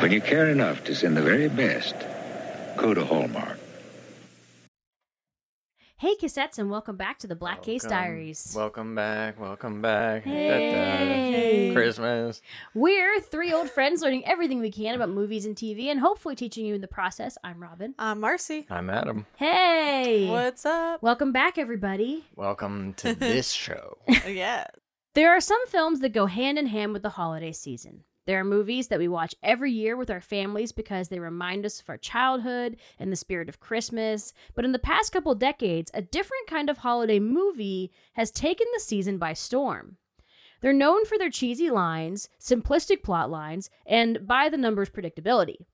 When you care enough to send the very best, go to Hallmark. Hey, cassettes, and welcome back to the Black Case Welcome- Diaries. Welcome back. Welcome back. Da- da- Hey. Christmas. We're three old friends learning everything we can about movies and TV and hopefully teaching you in the process. I'm Robin. I'm Marcy. I'm Adam. Hey! What's up? Welcome back, everybody. Welcome to this show. yeah. There are some films that go hand in hand with the holiday season. There are movies that we watch every year with our families because they remind us of our childhood and the spirit of Christmas. But in the past couple decades, a different kind of holiday movie has taken the season by storm. They're known for their cheesy lines, simplistic plot lines, and by the numbers predictability.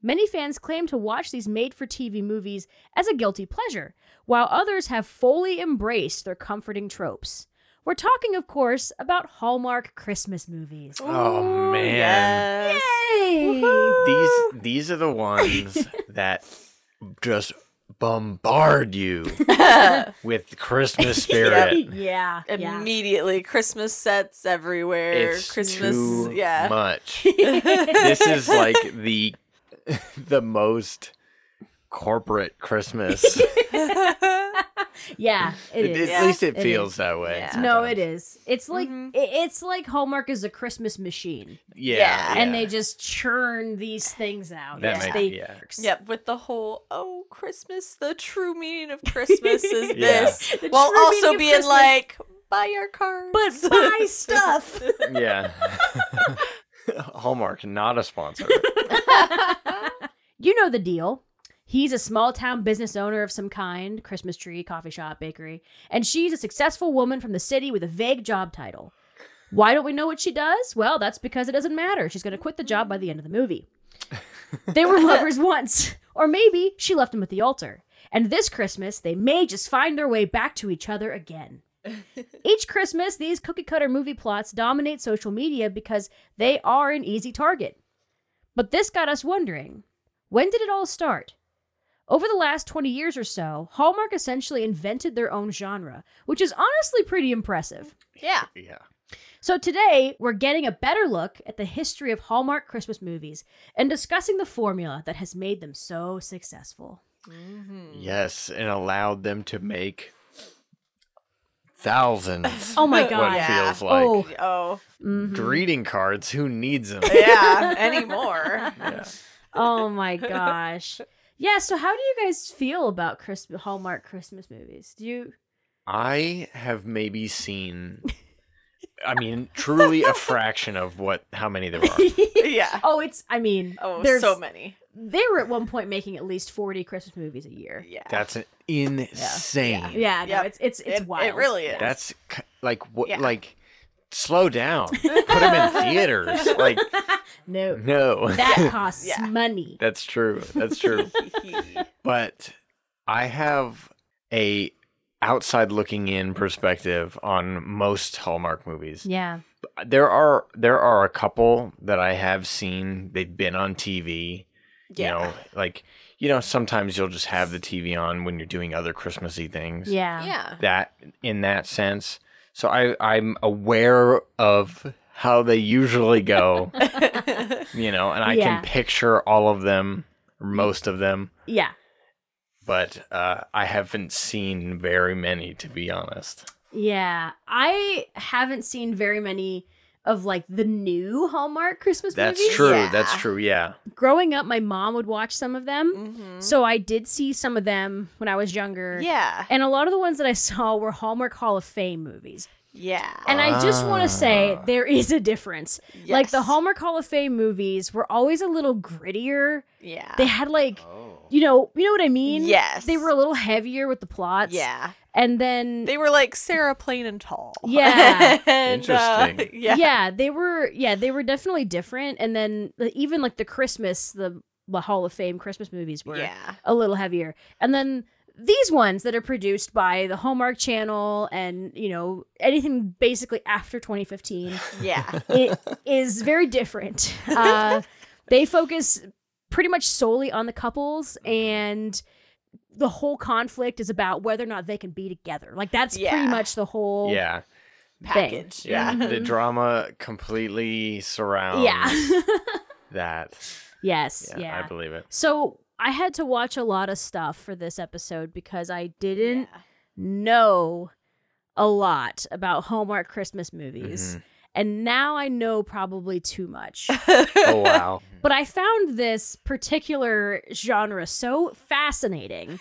Many fans claim to watch these made for TV movies as a guilty pleasure, while others have fully embraced their comforting tropes. We're talking, of course, about Hallmark Christmas movies. Oh, Ooh, man. yes. Yay! these these are the ones that just bombard you with Christmas spirit. yeah, yeah. Immediately, Christmas sets everywhere. It's Christmas, too yeah. much. this is like the the most corporate Christmas. yeah, it At- is. At least it It feels is. that way. Yeah. No, sometimes. it is. It's like Mhm. it- it's like Hallmark is a Christmas machine, Yeah, Yeah. and they yeah. just churn these things out. That as makes- they- yeah. Yep, with the whole oh Christmas, the true meaning of Christmas is Yeah. this, The while true meaning also of being Christmas, like buy our cards, but buy stuff. yeah. Hallmark, not a sponsor. you know the deal. He's a small town business owner of some kind Christmas tree, coffee shop, bakery. And she's a successful woman from the city with a vague job title. Why don't we know what she does? Well, that's because it doesn't matter. She's going to quit the job by the end of the movie. They were lovers once. Or maybe she left him at the altar. And this Christmas, they may just find their way back to each other again. Each Christmas, these cookie cutter movie plots dominate social media because they are an easy target. But this got us wondering when did it all start? Over the last 20 years or so, Hallmark essentially invented their own genre, which is honestly pretty impressive. yeah, yeah. So today, we're getting a better look at the history of Hallmark Christmas movies and discussing the formula that has made them so successful. Mm. Yes, and allowed them to make thousands. Oh my What god. it Yeah. feels like. Oh. mm-hmm. oh Greeting cards, who needs them? yeah, anymore. yeah. Oh my gosh. Yeah, so how do you guys feel about Christmas, Hallmark Christmas movies? Do you I have maybe seen I mean, truly a fraction of what how many there are. Yeah, Oh, it's I mean, oh, there's so many. they were at one point making at least 40 Christmas movies a year. Yeah, That's an insane. Yeah, no, Yep. it's it's it's it, wild. It really is. That's k- like what Yeah. like slow down. Put them in theaters. Like no. no. That costs Yeah. money. That's true. That's true. but I have a outside looking in perspective on most Hallmark movies. Yeah. There are there are a couple that I have seen. They've been on TV. yeah. You know, like you know, sometimes you'll just have the TV on when you're doing other Christmassy things. Yeah. yeah. That in that sense. So I I'm aware of how they usually go, you know, and I Yeah. can picture all of them, most of them Yeah. but uh, I haven't seen very many, to be honest. Yeah. I haven't seen very many of like the new Hallmark Christmas That's movies. true. Yeah. That's true. Yeah. Growing up, my mom would watch some of them. Mhm. So I did see some of them when I was younger. Yeah. And a lot of the ones that I saw were Hallmark Hall of Fame movies. Yeah. And I just want to say Ah. there is a difference. Like the Yes. Hallmark Hall of Fame movies were always a little grittier. Yeah. They had like Oh. you know, you know what I mean? Yes. They were a little heavier with the plots. yeah. And then They were like Sarah plain and tall. Yeah. And, uh, Interesting. yeah. yeah. they were yeah, they were definitely different and then the- even like the Christmas the, the Hall of Fame Christmas movies were Yeah. a little heavier. And then these ones that are produced by the Hallmark Channel and, you know, anything basically after 2015 Yeah. it is very different. Uh, they focus pretty much solely on the couples and the whole conflict is about whether or not they can be together. Like that's Yeah. pretty much the whole Yeah. Package. Yeah. Yeah. The drama completely surrounds Yeah. that. Yes. Yeah. Um, I believe it. so I had to watch a lot of stuff for this episode because I didn't Yeah. know a lot about Hallmark Christmas movies. Mhm. And now I know probably too much. Oh wow. but I found this particular genre so fascinating.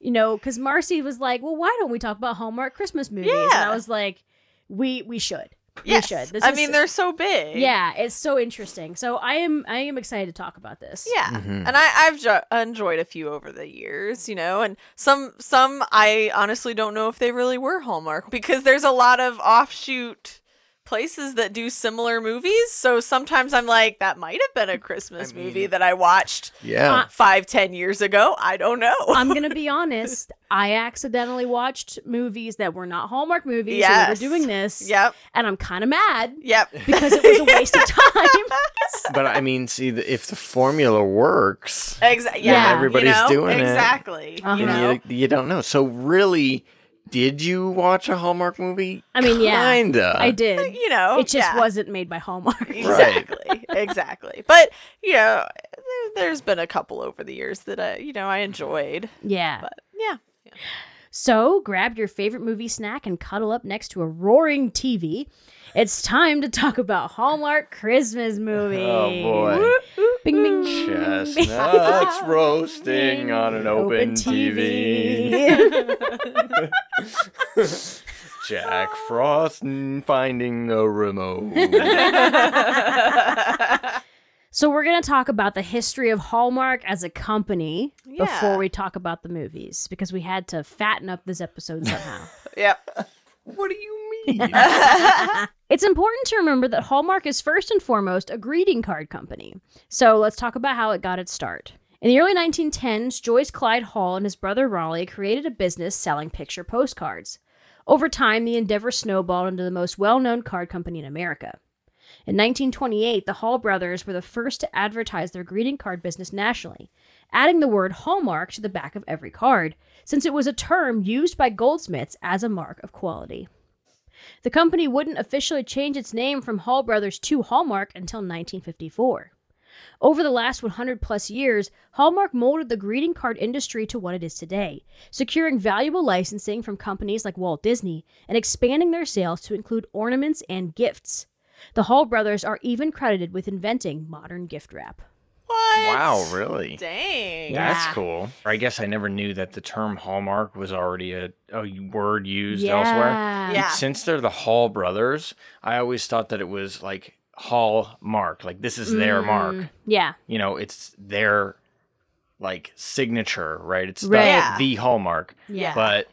you know, because Marcy was like, "Well, why don't we talk about Hallmark Christmas movies?" And Yeah. I was like, "We we should. yes. We should. This I is- mean, they're so big. Yeah, it's so interesting. So I am I am excited to talk about this. Yeah. Mhm. And I, I've jo- enjoyed a few over the years, you know, and some some I honestly don't know if they really were Hallmark because there's a lot of offshoot places that do similar movies. So sometimes I'm like, that might have been a Christmas I mean- movie that I watched Yeah. Uh, five, ten years ago. I don't know. I'm gonna be honest. I accidentally watched movies that were not Hallmark movies. Yes. Yes. were doing this, yep. and I'm kind of mad Yep. because it was a waste of time. but I mean, see, the, if the formula works, Exactly. Yeah. Yeah. you Everybody's know? doing it. exactly. Uh-huh. You know? then you, you don't know. So really, did you watch a Hallmark movie? I mean, yeah, Kinda. I did. You know. It just yeah. wasn't made by Hallmark. Right. Exactly. Exactly. But you know, there- there's been a couple over the years that I, you know, I enjoyed. Yeah. But yeah. So grab your favorite movie snack and cuddle up next to a roaring TV. It's time to talk about Hallmark Christmas movies. Oh boy. Bing bing. Chestnuts roasting on an open, TV. Jack Frost n- finding the remote. so we're going to talk about the history of Hallmark as a company Yeah. before we talk about the movies because we had to fatten up this episode somehow. Yep. what do you mean? It's important to remember that Hallmark is first and foremost a greeting card company. So let's talk about how it got its start. In the early 1910s, Joyce Clyde Hall and his brother Raleigh created a business selling picture postcards. Over time, the endeavor snowballed into the most well known card company in America. In 1928, the Hall brothers were the first to advertise their greeting card business nationally, adding the word Hallmark to the back of every card, since it was a term used by goldsmiths as a mark of quality. The company wouldn't officially change its name from Hall Brothers to Hallmark until 1954. Over the last 100 plus years, Hallmark molded the greeting card industry to what it is today, securing valuable licensing from companies like Walt Disney and expanding their sales to include ornaments and gifts. The Hall brothers are even credited with inventing modern gift wrap. What? Wow, really? Dang. Yeah. That's cool. I guess I never knew that the term Hallmark was already a, a word used elsewhere. Yeah. Since they're the Hall brothers, I always thought that it was like Hallmark, like this is their mark. Mm. Yeah. You know, it's their like signature, right? It's Right. Yeah. not the Hallmark, Yeah. but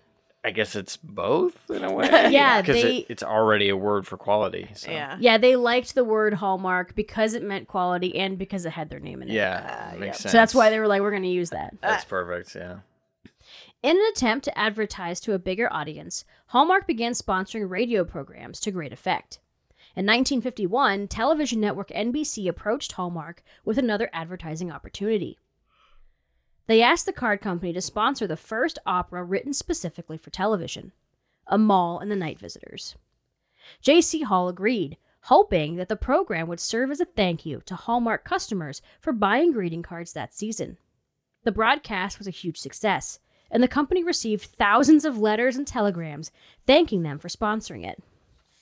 I guess it's both in a way. Yeah, because they- it, it's already a word for quality. So. Yeah. Yeah, they liked the word Hallmark because it meant quality and because it had their name in it. Yeah, Uh, makes yeah. sense. So that's why they were like, we're going to use that. That's Uh. perfect. Yeah. In an attempt to advertise to a bigger audience, Hallmark began sponsoring radio programs to great effect. In 1951, television network NBC approached Hallmark with another advertising opportunity. They asked the card company to sponsor the first opera written specifically for television A Mall and the Night Visitors. J.C. Hall agreed, hoping that the program would serve as a thank you to Hallmark customers for buying greeting cards that season. The broadcast was a huge success, and the company received thousands of letters and telegrams thanking them for sponsoring it.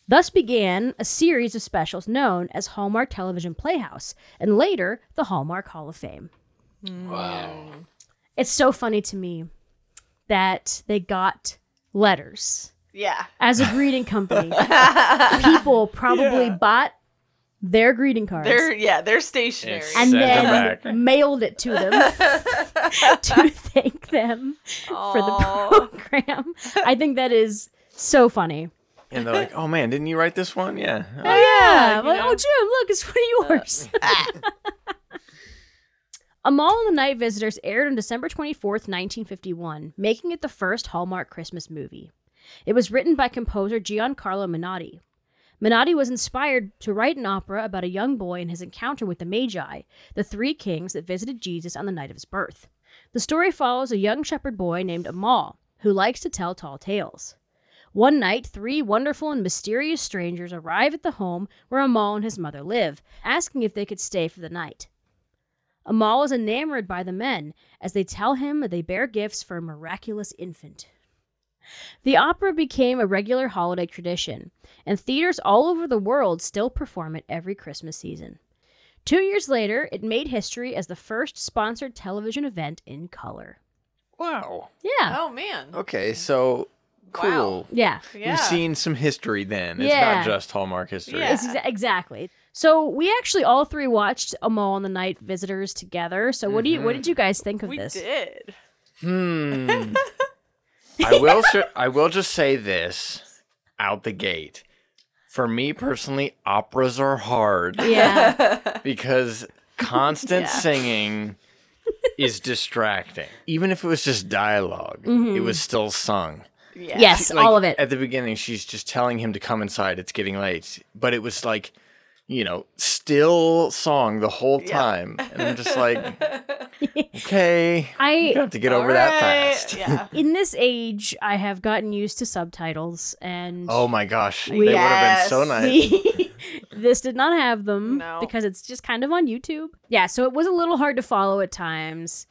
Thus began a series of specials known as Hallmark Television Playhouse and later the Hallmark Hall of Fame. Wow. It's so funny to me that they got letters Yeah. as a greeting company. People probably bought their greeting cards They're yeah, they're stationary. It's- and Sent them then back. mailed it to them to thank them. for Aw. the program. I think that is so funny. And they're like, "Oh man, didn't you write this one?" Yeah. Oh, yeah. like, oh, Jim, look, it's one of yours. A Mall and the Night Visitors aired on December 24th, 1951, making it the first Hallmark Christmas movie. It was written by composer Giancarlo Minotti. Minotti was inspired to write an opera about a young boy and his encounter with the Magi, the three kings that visited Jesus on the night of his birth. The story follows a young shepherd boy named Amal, who likes to tell tall tales. One night, three wonderful and mysterious strangers arrive at the home where Amal and his mother live, asking if they could stay for the night. Amal is enamored by the men as they tell him that they bear gifts for a miraculous infant. The opera became a regular holiday tradition, and theaters all over the world still perform it every Christmas season. Two years later, it made history as the first sponsored television event in color. Wow. Yeah. Oh man. Okay, so cool. Yeah. Yeah. You've seen some history then. It's Yeah. not just Hallmark history. Yeah. It's exa- exactly. So we actually all three watched Amal on the Night Visitors together. So what do you what Mm-hmm. did you guys think of we this? did. Hmm. I will. Ser- I will just say this out the gate. For me personally, operas are hard Yeah. because constant Yeah. singing is distracting. Even if it was just dialog Mm-hmm. it was still sung. Yeah. Yes, Like, all of it. At the beginning, she's just telling him to come inside. It's getting late, but it was like, you know, still song the whole time, and I'm just like, okay, you I have to get over that fast. Yeah. in this age I have gotten used to subtitles and Oh my gosh, they would have been so Yes. nice. the- this did not have them No. because it's just kind of on YouTube. Yeah, so it was a little hard to follow at times.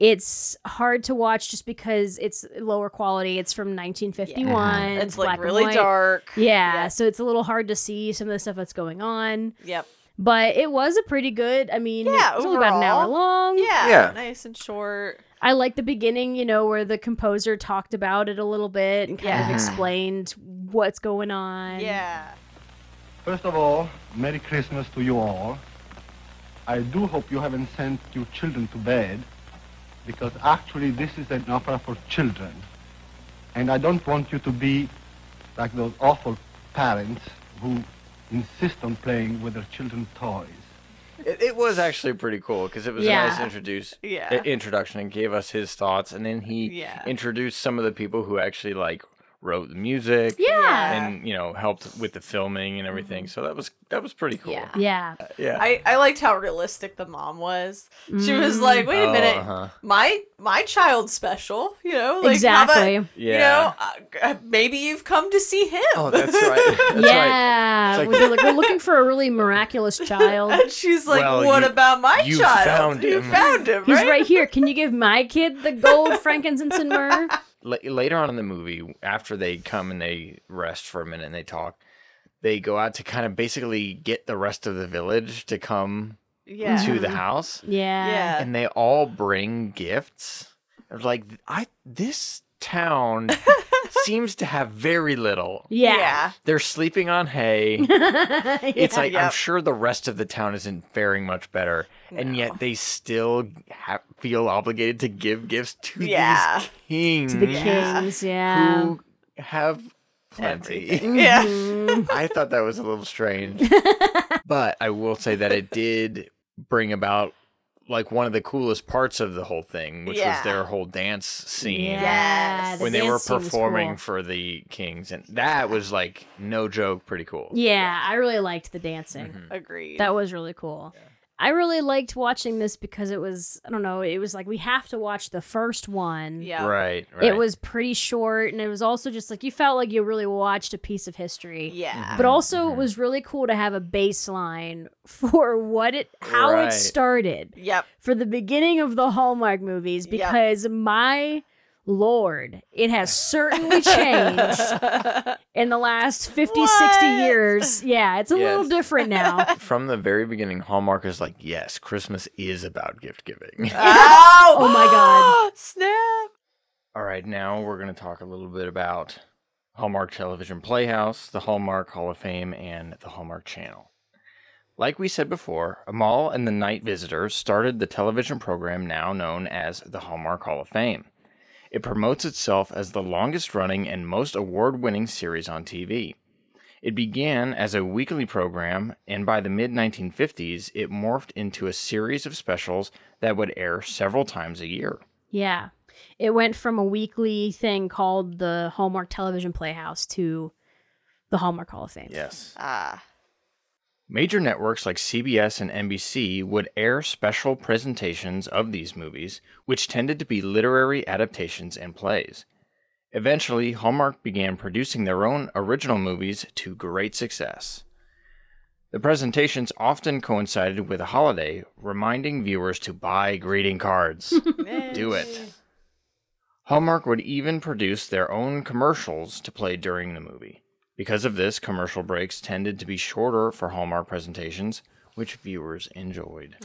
It's hard to watch just because it's lower quality. It's from 1951. It's like black and really white. dark. Yeah, Yes. so it's a little hard to see some of the stuff that's going on, Yep. but it was a pretty good. I mean, Yeah, it was only about an hour overall. long. Yeah. Yeah. Nice and short. I like the beginning, you know, where the composer talked about it a little bit and kind of Yeah. explained what's going on. Yeah. First of all, Merry Christmas to you all. I do hope you haven't sent your children to bed, because actually this is an opera for children. And I don't want you to be like those awful parents who insist on playing with their children's toys. It, it was actually pretty cool because it was Yeah. a nice introduce Yeah. uh, introduction and gave us his thoughts, and then he Yeah. introduced some of the people who actually like wrote the music. Yeah. Mm-hmm. And you know helped with the filming and everything, so that was that was pretty cool. Yeah. Yeah. Yeah. I, I liked how realistic the mom was. She Mm. was like, "Wait a Oh, minute, uh-huh. my my child's special, you know, like how about- exactly. you know, uh, maybe you've come to see him." Oh, that's right. That's right. yeah. It's like- we're, like, we're looking for a really miraculous child. and she's like, Well, "What you- about my you child? found you him." found him, He's right?" right here. Can you give my kid the gold frankincense and myrrh? La- later on in the movie, after they come and they rest for a minute and they talk, they go out to kind of basically get the rest of the village to come Yeah, to the house. Yeah. yeah, and they all bring gifts. I was like, I this town seems to have very little. Yeah. They're sleeping on hay. It's like I'm Yep. sure the rest of the town isn't faring much better, and yet they still ha- feel obligated to give gifts to Yeah. these kings The Yeah. kings. Yeah. who have plenty. yeah. Mhm. I thought that was a little strange. but I will say that it did bring about like one of the coolest parts of the whole thing, which Yeah. was their whole dance scene Yeah. the when they were dance scene was performing cool. for the Kings. And that was like no joke, pretty cool. Yeah, I really liked the dancing. Mhm. Agreed. That was really cool. I really liked watching this because it was, I don't know, it was like we have to watch the first one. yeah, Right, right. It was pretty short and it was also just like you felt like you really watched a piece of history. Mm-hmm. yeah, But also it was really cool to have a baseline for what it how it Right. started yep, for the beginning of the Hallmark movies Yep. because my lord, it has certainly changed in the last 50 60 What? years. Yeah, it's a little Yes. different now. From the very beginning, Hallmark is like, yes, Christmas is about gift giving. Ow! Oh my God. Snap! All right, now we're going to talk a little bit about Hallmark Television Playhouse, the Hallmark Hall of Fame, and the Hallmark Channel. Like we said before, Amal and the Night Visitor started the television program now known as the Hallmark Hall of Fame. It promotes itself as the longest running and most award winning series on TV. It began as a weekly program, and by the mid 1950s, it morphed into a series of specials that would air several times a year. Yeah. It went from a weekly thing called the Hallmark Television Playhouse to the Hallmark Hall of Fame. Yes. Ah, Major networks like CBS and NBC would air special presentations of these movies, which tended to be literary adaptations and plays. Eventually, Hallmark began producing their own original movies to great success. The presentations often coincided with a holiday, reminding viewers to buy greeting cards. Do it. Hallmark would even produce their own commercials to play during the movie. Because of this, commercial breaks tended to be shorter for Hallmark presentations, which viewers enjoyed.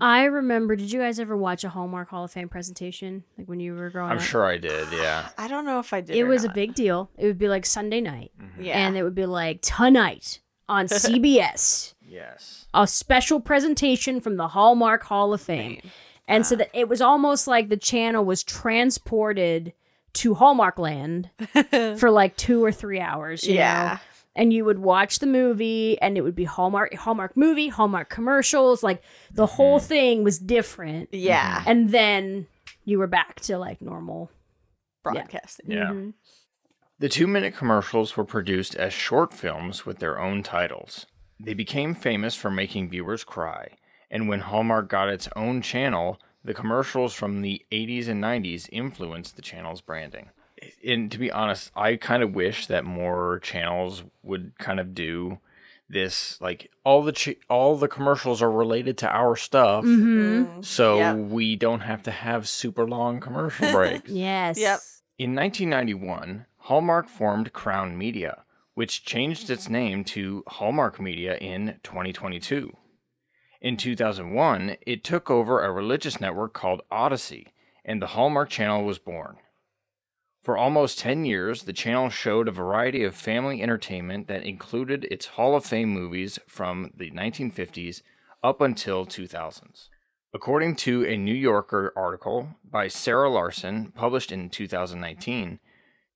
I remember. Did you guys ever watch a Hallmark Hall of Fame presentation? Like when you were growing I'm up? sure I did, yeah. I don't know if I did. It or was a not. Mm-hmm. big deal. It would be like Sunday night, Yeah. and it would be like tonight on CBS, Yes. a special presentation from the Hallmark Hall of Fame. And Ah. so that it was almost like the channel was transported to Hallmark land for like two or three hours. you know? yeah. and you would watch the movie and it would be Hallmark Hallmark movie, Hallmark commercials, like the whole thing was different. Mm-hmm. Mm-hmm. Yeah. And then you were back to like normal. Broadcasting. Yeah. Mhm. The two minute commercials were produced as short films with their own titles. They became famous for making viewers cry, and when Hallmark got its own channel, the commercials from the 80s and 90s influenced the channel's branding. And to be honest, I kind of wish that more channels would kind of do this like all the ch- all the commercials are related to our stuff, Mhm. so Yep. we don't have to have super long commercial breaks. Yes. Mm-hmm. Yep. In 1991, Hallmark formed Crown Media, which changed its name to Hallmark Media in 2022. In 2001, it took over a religious network called Odyssey, and the Hallmark Channel was born. For almost 10 years, the channel showed a variety of family entertainment that included its Hall of Fame movies from the 1950s up until 2000s. According to a New Yorker article by Sarah Larson, published in 2019,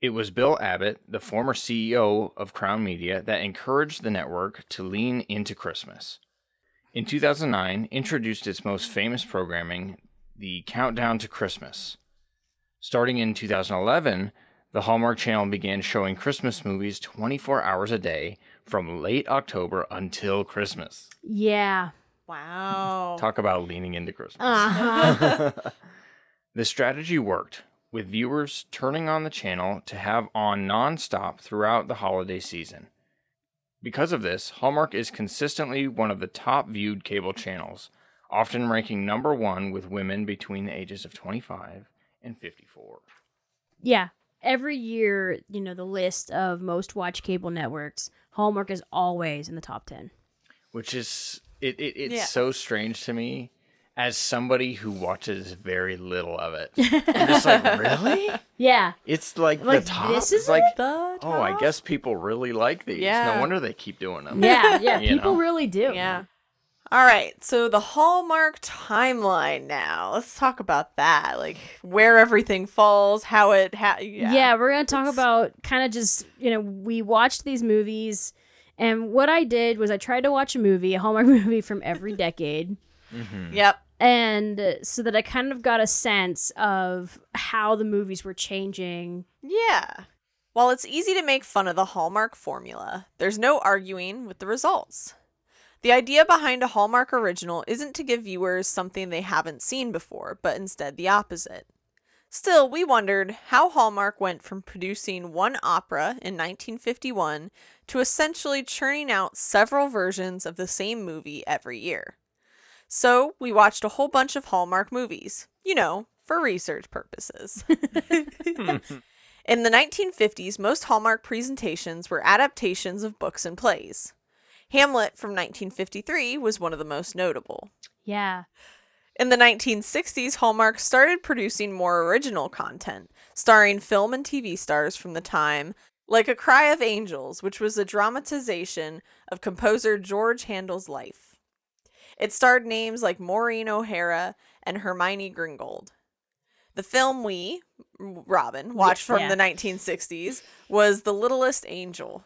it was Bill Abbott, the former CEO of Crown Media, that encouraged the network to lean into Christmas. In 2009, introduced its most famous programming, the Countdown to Christmas. Starting in 2011, the Hallmark Channel began showing Christmas movies 24 hours a day from late October until Christmas. Yeah. Wow. Talk about leaning into Christmas. Uh-huh. The strategy worked, with viewers turning on the channel to have on nonstop throughout the holiday season. Because of this, Hallmark is consistently one of the top viewed cable channels, often ranking number one with women between the ages of 25 and 54. yeah. Every year, you know, the list of most watched cable networks, Hallmark is always in the top 10. Which is, it, it, it's Yeah. so strange to me as somebody who watches very little of it. I'm just like, really? Yeah. It's like, Like, the top. this it's is like, it? The oh, I top? guess people really like these. Yeah. No wonder they keep doing them. Yeah. Yeah. You People know. really do. Yeah. All right. So the Hallmark timeline now. Let's talk about that. Like where everything falls, how it ha- yeah. Yeah, we're going to talk about kind of just, you know, we watched these movies. And what I did was I tried to watch a movie, a Hallmark movie from every decade. Yep. And uh, so that I kind of got a sense of how the movies were changing. Yeah. While it's easy to make fun of the Hallmark formula, there's no arguing with the results. The idea behind a Hallmark original isn't to give viewers something they haven't seen before, but instead the opposite. Still, we wondered how Hallmark went from producing one opera in 1951 to essentially churning out several versions of the same movie every year. So, we watched a whole bunch of Hallmark movies, you know, for research purposes. In the 1950s, most Hallmark presentations were adaptations of books and plays. Hamlet from 1953 was one of the most notable. Yeah. In the 1960s, Hallmark started producing more original content, starring film and TV stars from the time, like A Cry of Angels, which was a dramatization of composer George Handel's life. It starred names like Maureen O'Hara and Hermione Gringold. The film we, Robin, watched from yeah. the 1960s was The Littlest Angel,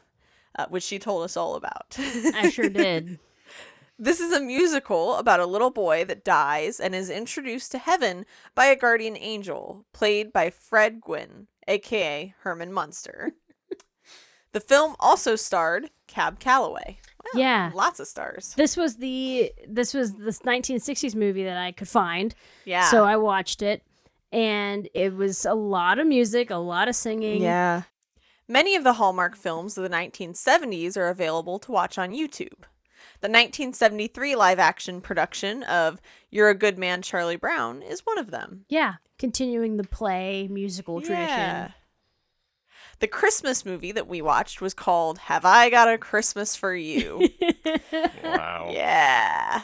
uh, which she told us all about. I sure did. This is a musical about a little boy that dies and is introduced to heaven by a guardian angel, played by Fred Gwynn, aka Herman Munster. the film also starred Cab Calloway. Wow, Yeah. Lots of stars. This was the this was the 1960s movie that I could find. Yeah. So I watched it and it was a lot of music, a lot of singing. Yeah. Many of the Hallmark films of the 1970s are available to watch on YouTube. The 1973 live action production of You're a Good Man, Charlie Brown is one of them. Yeah, continuing the play musical Yeah. tradition. The Christmas movie that we watched was called Have I Got a Christmas for You? Oh. Wow. yeah.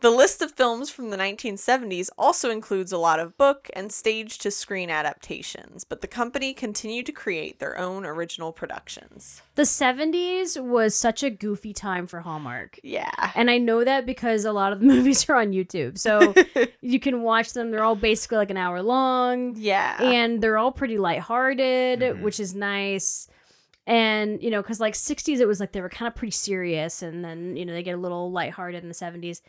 The list of films from the 1970s also includes a lot of book and stage to screen adaptations, but the company continued to create their own original productions. The 70s was such a goofy time for Hallmark. Yeah. And I know that because a lot of the movies are on YouTube. So you can watch them. They're all basically like an hour long. Yeah. Mm-hmm. and they're all pretty lighthearted, Mhm. which is nice. And you know, because like '60s, it was like they were kind of pretty serious, and then you know they get a little lighthearted in the '70s.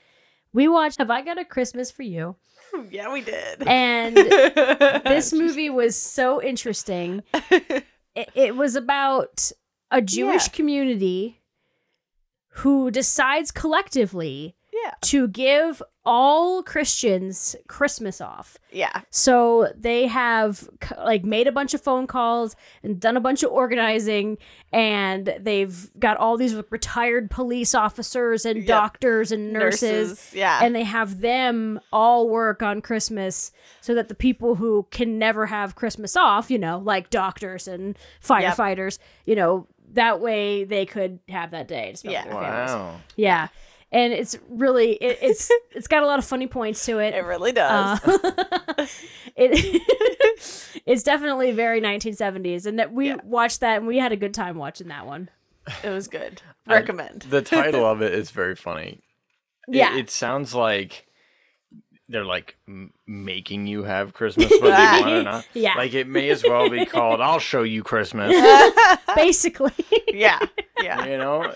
We watched "Have I Got a Christmas for You," yeah, we did. and this movie was so interesting. It, it was about a Jewish Yeah. community who decides collectively Yeah. to give all Christians Christmas off. yeah. So they have c- like made a bunch of phone calls and done a bunch of organizing, and they've got all these retired police officers and Yep. doctors and nurses, Yeah. and they have them all work on Christmas so that the people who can never have Christmas off, you know, like doctors and firefighters, you know, that way they could have that day. To spend Yeah. with their families. Wow. yeah, and it's really it, it's it's got a lot of funny points to it really does. uh, it, it's definitely very 1970s, and that we Yeah. watched that and we had a good time watching that one. it was good. Recommend. The title of it is very funny. It- Yeah, It, sounds like they're like m- making you have Christmas, whether you want it or not. Yeah. Like it may as well be called "I'll show you Christmas." Ah. basically. yeah. Yeah. You know,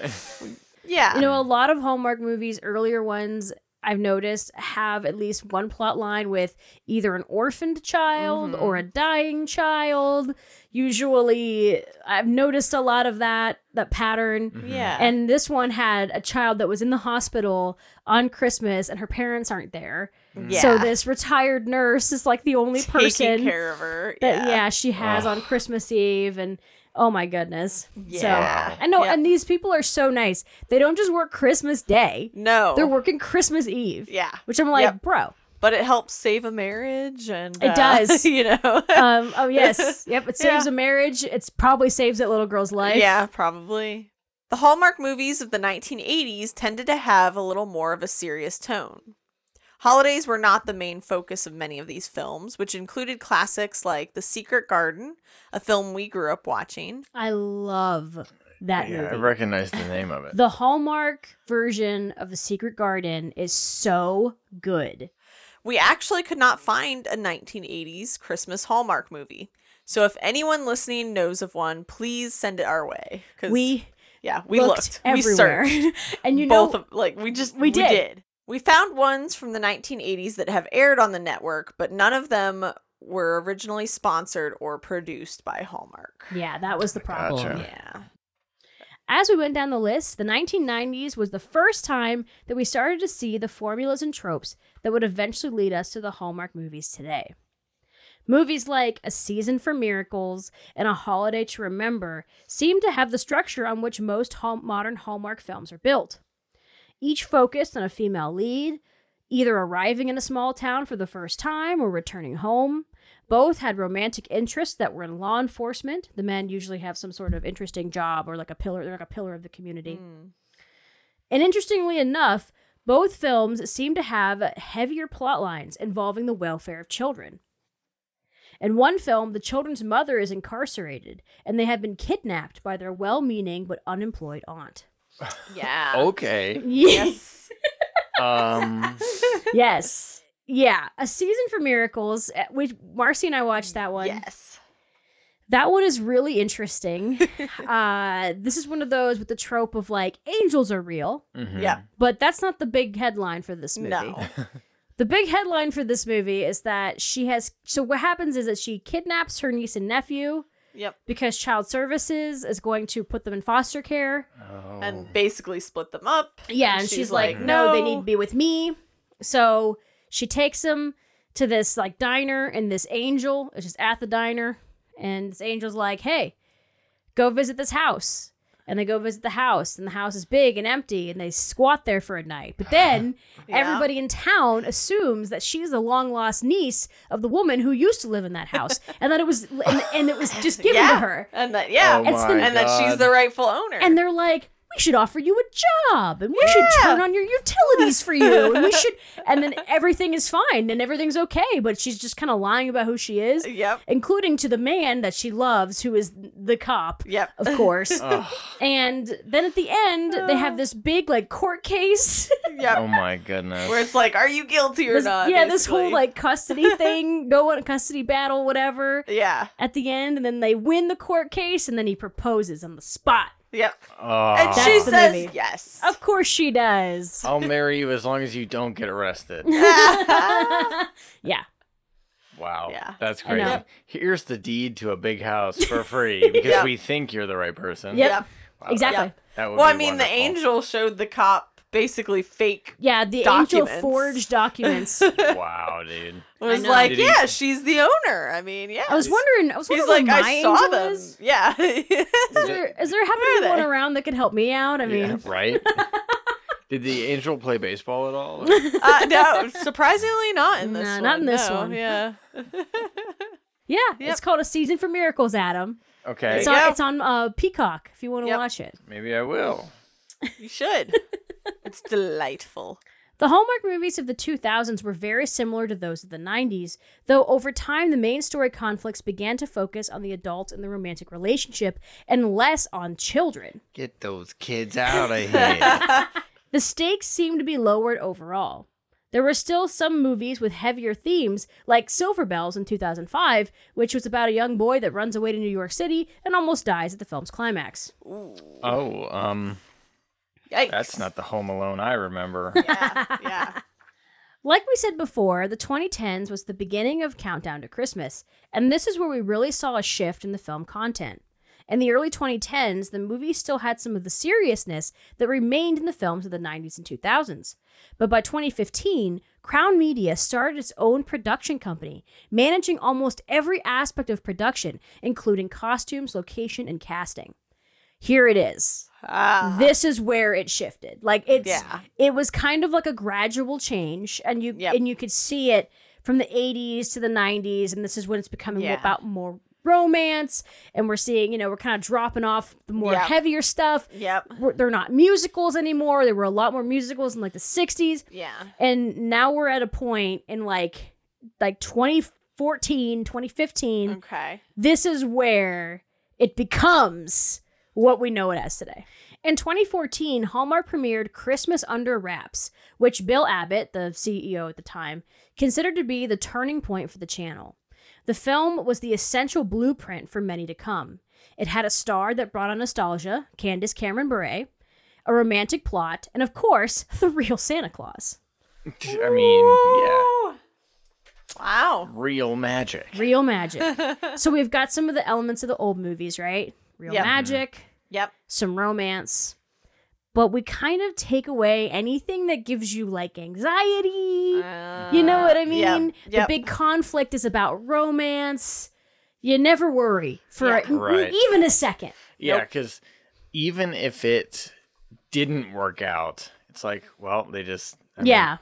Yeah. you know, a lot of Hallmark movies, earlier ones I've noticed, have at least one plot line with either an orphaned child Mm-hmm. or a dying child. Usually, I've noticed a lot of that that pattern. Mm-hmm. yeah. And this one had a child that was in the hospital on Christmas and her parents aren't there. Mm-hmm. yeah. So this retired nurse is like the only Taking person care of her. that yeah, yeah. she has on Christmas Eve and oh my goodness. Yeah. So I know Yeah. and these people are so nice. They don't just work Christmas Day. No. They're working Christmas Eve. yeah. Which I'm like, Yep. bro. But it helps save a marriage and It uh, does. You know. Um, oh yes. Yep, it saves Yeah. a marriage. It's probably saves that little girl's life. Yeah, probably. The Hallmark movies of the 1980s tended to have a little more of a serious tone. Holidays were not the main focus of many of these films, which included classics like The Secret Garden, a film we grew up watching. I love that yeah, I movie. recognize the name of it. the Hallmark version of The Secret Garden is so good. We actually could not find a 1980s Christmas Hallmark movie. So if anyone listening knows of one, please send it our way. 'cause- We yeah, we looked looked, everywhere. we searched, and you know both of like we just we did. We found ones from the 1980s that have aired on the network, but none of them were originally sponsored or produced by Hallmark. Yeah, that was the problem. Gotcha. Yeah. As we went down the list, the 1990s was the first time that we started to see the formulas and tropes that would eventually lead us to the Hallmark movies today. Movies like A Season for Miracles and A Holiday to Remember seem to have the structure on which most hall- modern Hallmark films are built. Each focused on a female lead, either arriving in a small town for the first time or returning home. Both had romantic interests that were in law enforcement. The men usually have some sort of interesting job or like a pillar, they're like a pillar of the community. Mm. And interestingly enough, both films seem to have heavier plot lines involving the welfare of children. In one film, the children's mother is incarcerated and they have been kidnapped by their well meaning but unemployed aunt. Yeah. Oh. Okay. Yes. Um. yes. Yeah. A Season for Miracles, uh, which Marcy and I watched that one. yes. That one is really interesting. uh, this is one of those with the trope of like angels are real, mhm. Yeah. but that's not the big headline for this movie. No. The big headline for this movie is that she has. So what happens is that she kidnaps her niece and nephew Yep. because child services is going to put them in foster care. Oh. And basically split them up. Yeah, and she's, like, no, they need to be with me. So she takes him to this like diner, and this angel is just at the diner, and this angel's like, hey, go visit this house. and they go visit the house, and the house is big and empty, and they squat there for a night. But then Yeah. everybody in town assumes that she's the long lost niece of the woman who used to live in that house, and that it was and, and it was just given to Yeah. her. And that yeah, Oh and, It's the- my and that she's God. the rightful owner. And they're like, we should offer you a job, and we should turn on your utilities for you, and we should, and then everything is fine and everything's okay. But she's just kind of lying about who she is, Yep. including to the man that she loves, who is the cop. Yep. Of course. Ugh. and then at the end, they have this big like court case. Yep. oh my goodness. Where it's like, are you guilty or This- not? yeah, this whole basically. like custody thing, go on custody battle, whatever. Yeah. At the end, and then they win the court case, and then he proposes on the spot. Yep. Ugh. And she That's the says movie. yes. Of course, she does. I'll marry you as long as you don't get arrested. yeah. Wow. Yeah. That's I know. crazy. Here's the deed to a big house for free because Yeah. we think you're the right person. Yep. Yeah. Wow, Exactly. Yeah. That would Well, I be mean, the wonderful. angel showed the cop basically fake. Yeah, the angel Documents. forged documents. Wow, dude. Was know. like, Did he- yeah, she's the owner. I mean, yeah. I was wondering. I was He's wondering. like, where my I saw angel them. Is. Yeah. Is there, is there Where happening are one they? around that could help me out? I mean, Yeah, right? Did the angel play baseball at all? uh, no, surprisingly not in this Nah, one. not in this no, one. Yeah. yeah, it's called a season for miracles, Adam. Okay. It's Yeah. on, it's on uh, Peacock if you want to Yep. watch it. Maybe I will. You should. it's delightful. The Hallmark movies of the 2000s were very similar to those of the 90s, though over time the main story conflicts began to focus on the adult and the romantic relationship and less on children. Get those kids out of here. The stakes seemed to be lowered overall. There were still some movies with heavier themes, like Silver Bells in 2005, which was about a young boy that runs away to New York City and almost dies at the film's climax. oh, um, Yikes. that's not the Home Alone I remember. Yeah. yeah. Like we said before, the 2010s was the beginning of Countdown to Christmas, and this is where we really saw a shift in the film content. In the early 2010s, the movie still had some of the seriousness that remained in the films of the 90s and 2000s. But by 2015, Crown Media started its own production company, managing almost every aspect of production, including costumes, location, and casting. Here it is Ah. this is where it shifted. Like it's Yeah. it was kind of like a gradual change and you Yep. and you could see it from the 80s to the 90s and this is when it's becoming Yeah. about more romance and we're seeing, you know, we're kind of dropping off the more Yep. heavier stuff. Yep. We're, they're not musicals anymore. There were a lot more musicals in like the 60s Yeah. and now we're at a point in like like 2014, 2015. Mm-hmm. Okay. This is where it becomes what we know it as today. In 2014, Hallmark premiered Christmas Under Wraps, which Bill Abbott, the CEO at the time, considered to be the turning point for the channel. The film was the essential blueprint for many to come. It had a star that brought on nostalgia, Candace Cameron Bure, a romantic plot, and of course, the real Santa Claus. I mean, yeah. Oh. Wow. Real magic. Real magic. so we've got some of the elements of the old movies, right? Real Yep. magic, Yep. some romance, but we kind of take away anything that gives you like anxiety. you know what I mean? Uh, yeah, The yep. big conflict is about romance. You never worry for Yeah. a- n- Right. even a second. Yeah, because even if it didn't work out, it's like, well, they just I mean, yeah.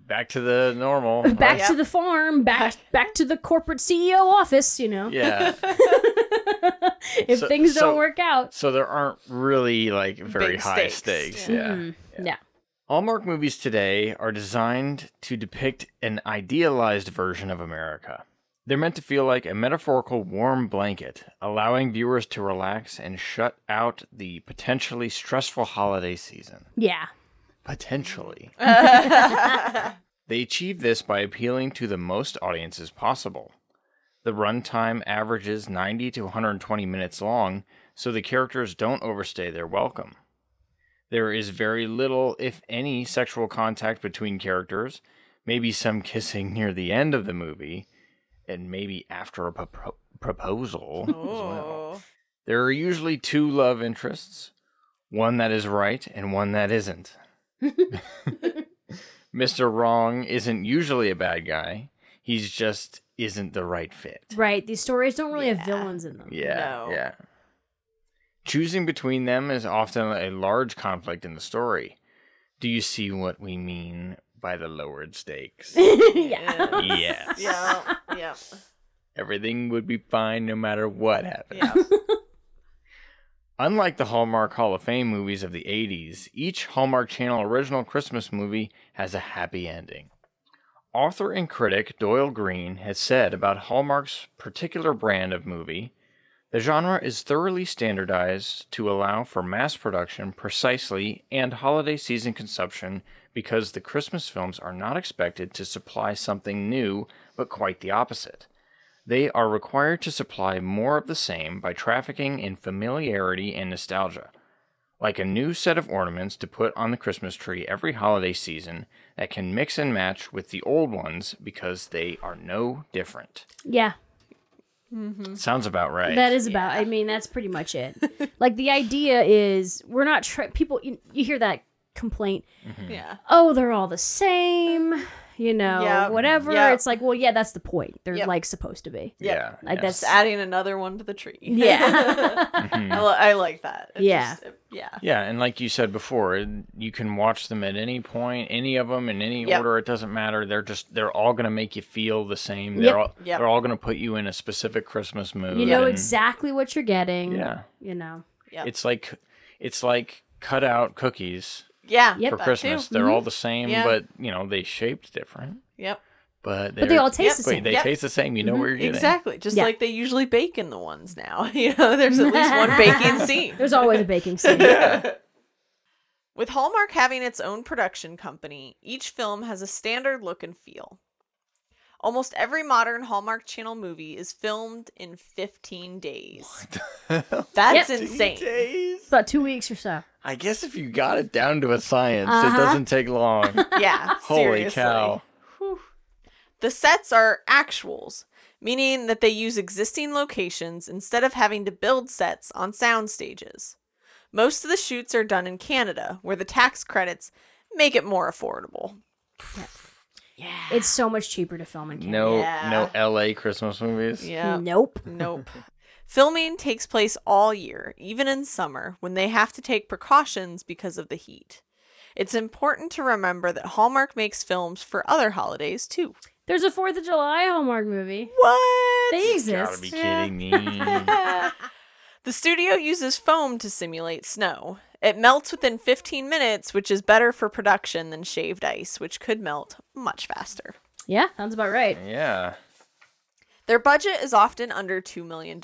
back to the normal. Back right? to the farm, back back to the corporate CEO office, you know. yeah. if So- things don't so- work out. So there aren't really like very Big high stakes. stakes. Yeah. Yeah. Mm, yeah. Hallmark movies today are designed to depict an idealized version of America. They're meant to feel like a metaphorical warm blanket, allowing viewers to relax and shut out the potentially stressful holiday season. Yeah. Potentially. they achieve this by appealing to the most audiences possible. The runtime averages 90 to 120 minutes long, so the characters don't overstay their welcome. There is very little, if any, sexual contact between characters, maybe some kissing near the end of the movie, and maybe after a propo- proposal as well. Oh. There are usually two love interests one that is right and one that isn't. Mr. Wrong isn't usually a bad guy, he's just isn't the right fit. Right. These stories don't really have Yeah. villains in them. Yeah. No. Yeah. Choosing between them is often a large conflict in the story. Do you see what we mean by the lowered stakes? yeah. yes. Yeah. Yeah. Everything would be fine no matter what happened. Yeah. Unlike the Hallmark Hall of Fame movies of the 80s, each Hallmark Channel original Christmas movie has a happy ending. Author and critic Doyle Green has said about Hallmark's particular brand of movie the genre is thoroughly standardized to allow for mass production precisely and holiday season consumption because the Christmas films are not expected to supply something new, but quite the opposite. They are required to supply more of the same by trafficking in familiarity and nostalgia. Like a new set of ornaments to put on the Christmas tree every holiday season that can mix and match with the old ones because they are no different. Yeah. Sounds about right. Mm-hmm. That is about. I mean, that's pretty much it. like the idea is we're not tra- people. You, you hear that complaint? Mm-hmm. Yeah. Oh, they're all the same. You know, Yep. whatever. Yep. It's like, well, yeah, that's the point. They're Yep. like supposed to be. yeah. Like, yes. that's- It's adding another one to the tree. Yeah. I, li- I like that. It Yeah. just- it- yeah. Yeah, and like you said before, it- you can watch them at any point, any of them in any Yep. order. It doesn't matter. They're just they're all gonna make you feel the same. Yep. They're all Yep. they're all gonna put you in a specific Christmas mood. you know and- exactly what you're getting. Mm-hmm. Yeah, You know. Yep. it's like it's like cut out cookies Yeah. Yep. for that Christmas. too. Mm-hmm. They're all the same, Yeah. but you know they shaped different. Yep. But, But they they're- all taste Yep. the wait, same. They Yep. taste the same. You know Mm-hmm. Mhm. where you're getting. Exactly. Just Yeah. like they usually bake in the ones now. You know, there's at least one baking scene. There's always a baking scene. With Hallmark having its own production company, each film has a standard look and feel. Almost every modern Hallmark Channel movie is filmed in 15 days. That's insane. It's about two weeks or so. I guess if you got it down to a science, Uh-huh. it doesn't take long. Yeah. Holy seriously. cow! The sets are actuals, meaning that they use existing locations instead of having to build sets on sound stages. Most of the shoots are done in Canada, where the tax credits make it more affordable. It's so much cheaper to film in Canada. No, Yeah. no L.A. Christmas movies. Yeah. Nope. Nope. Filming takes place all year, even in summer, when they have to take precautions because of the heat. It's important to remember that Hallmark makes films for other holidays too. There's a Fourth of July Hallmark movie. What? They exist. Gotta be kidding me. The studio uses foam to simulate snow. It melts within 15 minutes, which is better for production than shaved ice, which could melt much faster. Yeah, sounds about right. Yeah. Their budget is often under $2 million.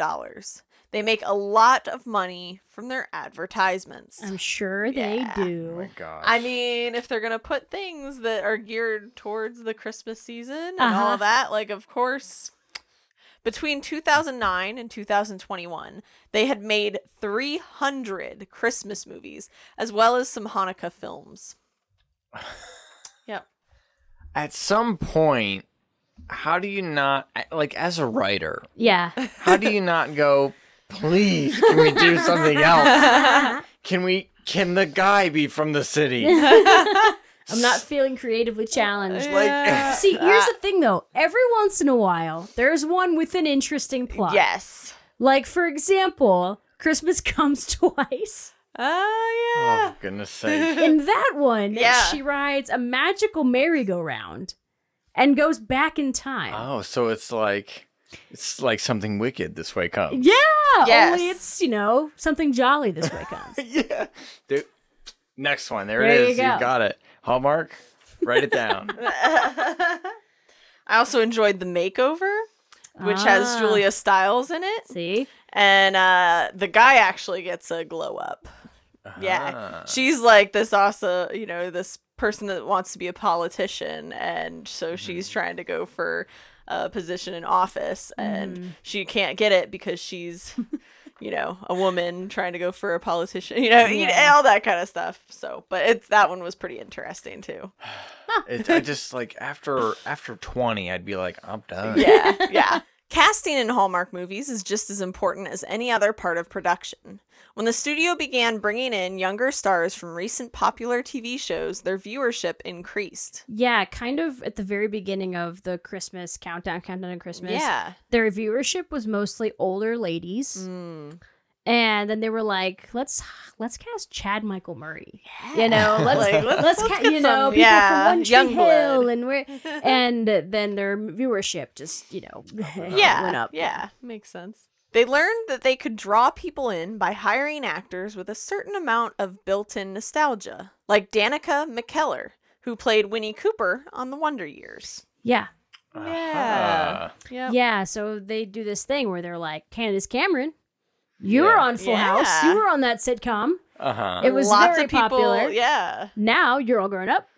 They make a lot of money from their advertisements. I'm sure they Yeah. Oh my do. gosh. I mean, if they're gonna put things that are geared towards the Christmas season and all Uh-huh. that, like of course, between 2009 and 2021, they had made 300 Christmas movies as well as some Hanukkah films. yep. at some point, how do you not I- like as a writer? Yeah. How do you not go? Please, can we do something else? Can we? Can the guy be from the city? I'm not feeling creatively challenged. Like, See, here's the thing though. Every once in a while, there's one with an interesting plot. Yes. Like, for example, Christmas Comes Twice. Oh yeah. oh goodness sake! In that one, Yeah. she rides a magical merry-go-round and goes back in time. Oh, so it's like it's like something wicked this way comes. Yeah. Yes. Only it's, you know, something jolly this way comes. Yeah. Dude, next one. There, There it you is. You, go. got it. Hallmark. Write it down. I also enjoyed the makeover, which has Ah. Julia Stiles in it. See? and uh, the guy actually gets a glow up. Yeah, Ah. she's like this also, you know, this person that wants to be a politician, and so she's trying to go for a position in office, and she can't get it because she's, you know, a woman trying to go for a politician, you know, you know, Yeah. all that kind of stuff. So, but it's that one was pretty interesting too. It, I just like after after twenty, I'd be like, I'm done. yeah, yeah. Casting in Hallmark movies is just as important as any other part of production. When the studio began bringing in younger stars from recent popular TV shows, their viewership increased. Yeah, kind of at the very beginning of the Christmas countdown, countdown to Christmas. Yeah. Mm. Their viewership was mostly older ladies. And then they were like, let's let's cast Chad Michael Murray. You know, let's Like, let's, let's- let's ca- get you know, some- people yeah, from One Tree Youngblood. Hill and we're and then their viewership just, you know, yeah, went up. Yeah, makes sense. They learned that they could draw people in by hiring actors with a certain amount of built in nostalgia, like Danica McKellar, who played Winnie Cooper on The Wonder Years. Yeah. Yeah. Ah. Yep. Yeah, so they do this thing where they're like, Candace Cameron, you were Yeah. on Full House. Yeah. You were on that sitcom. Uh-huh. It was Lots very of people, popular. Yeah. Now you're all grown up.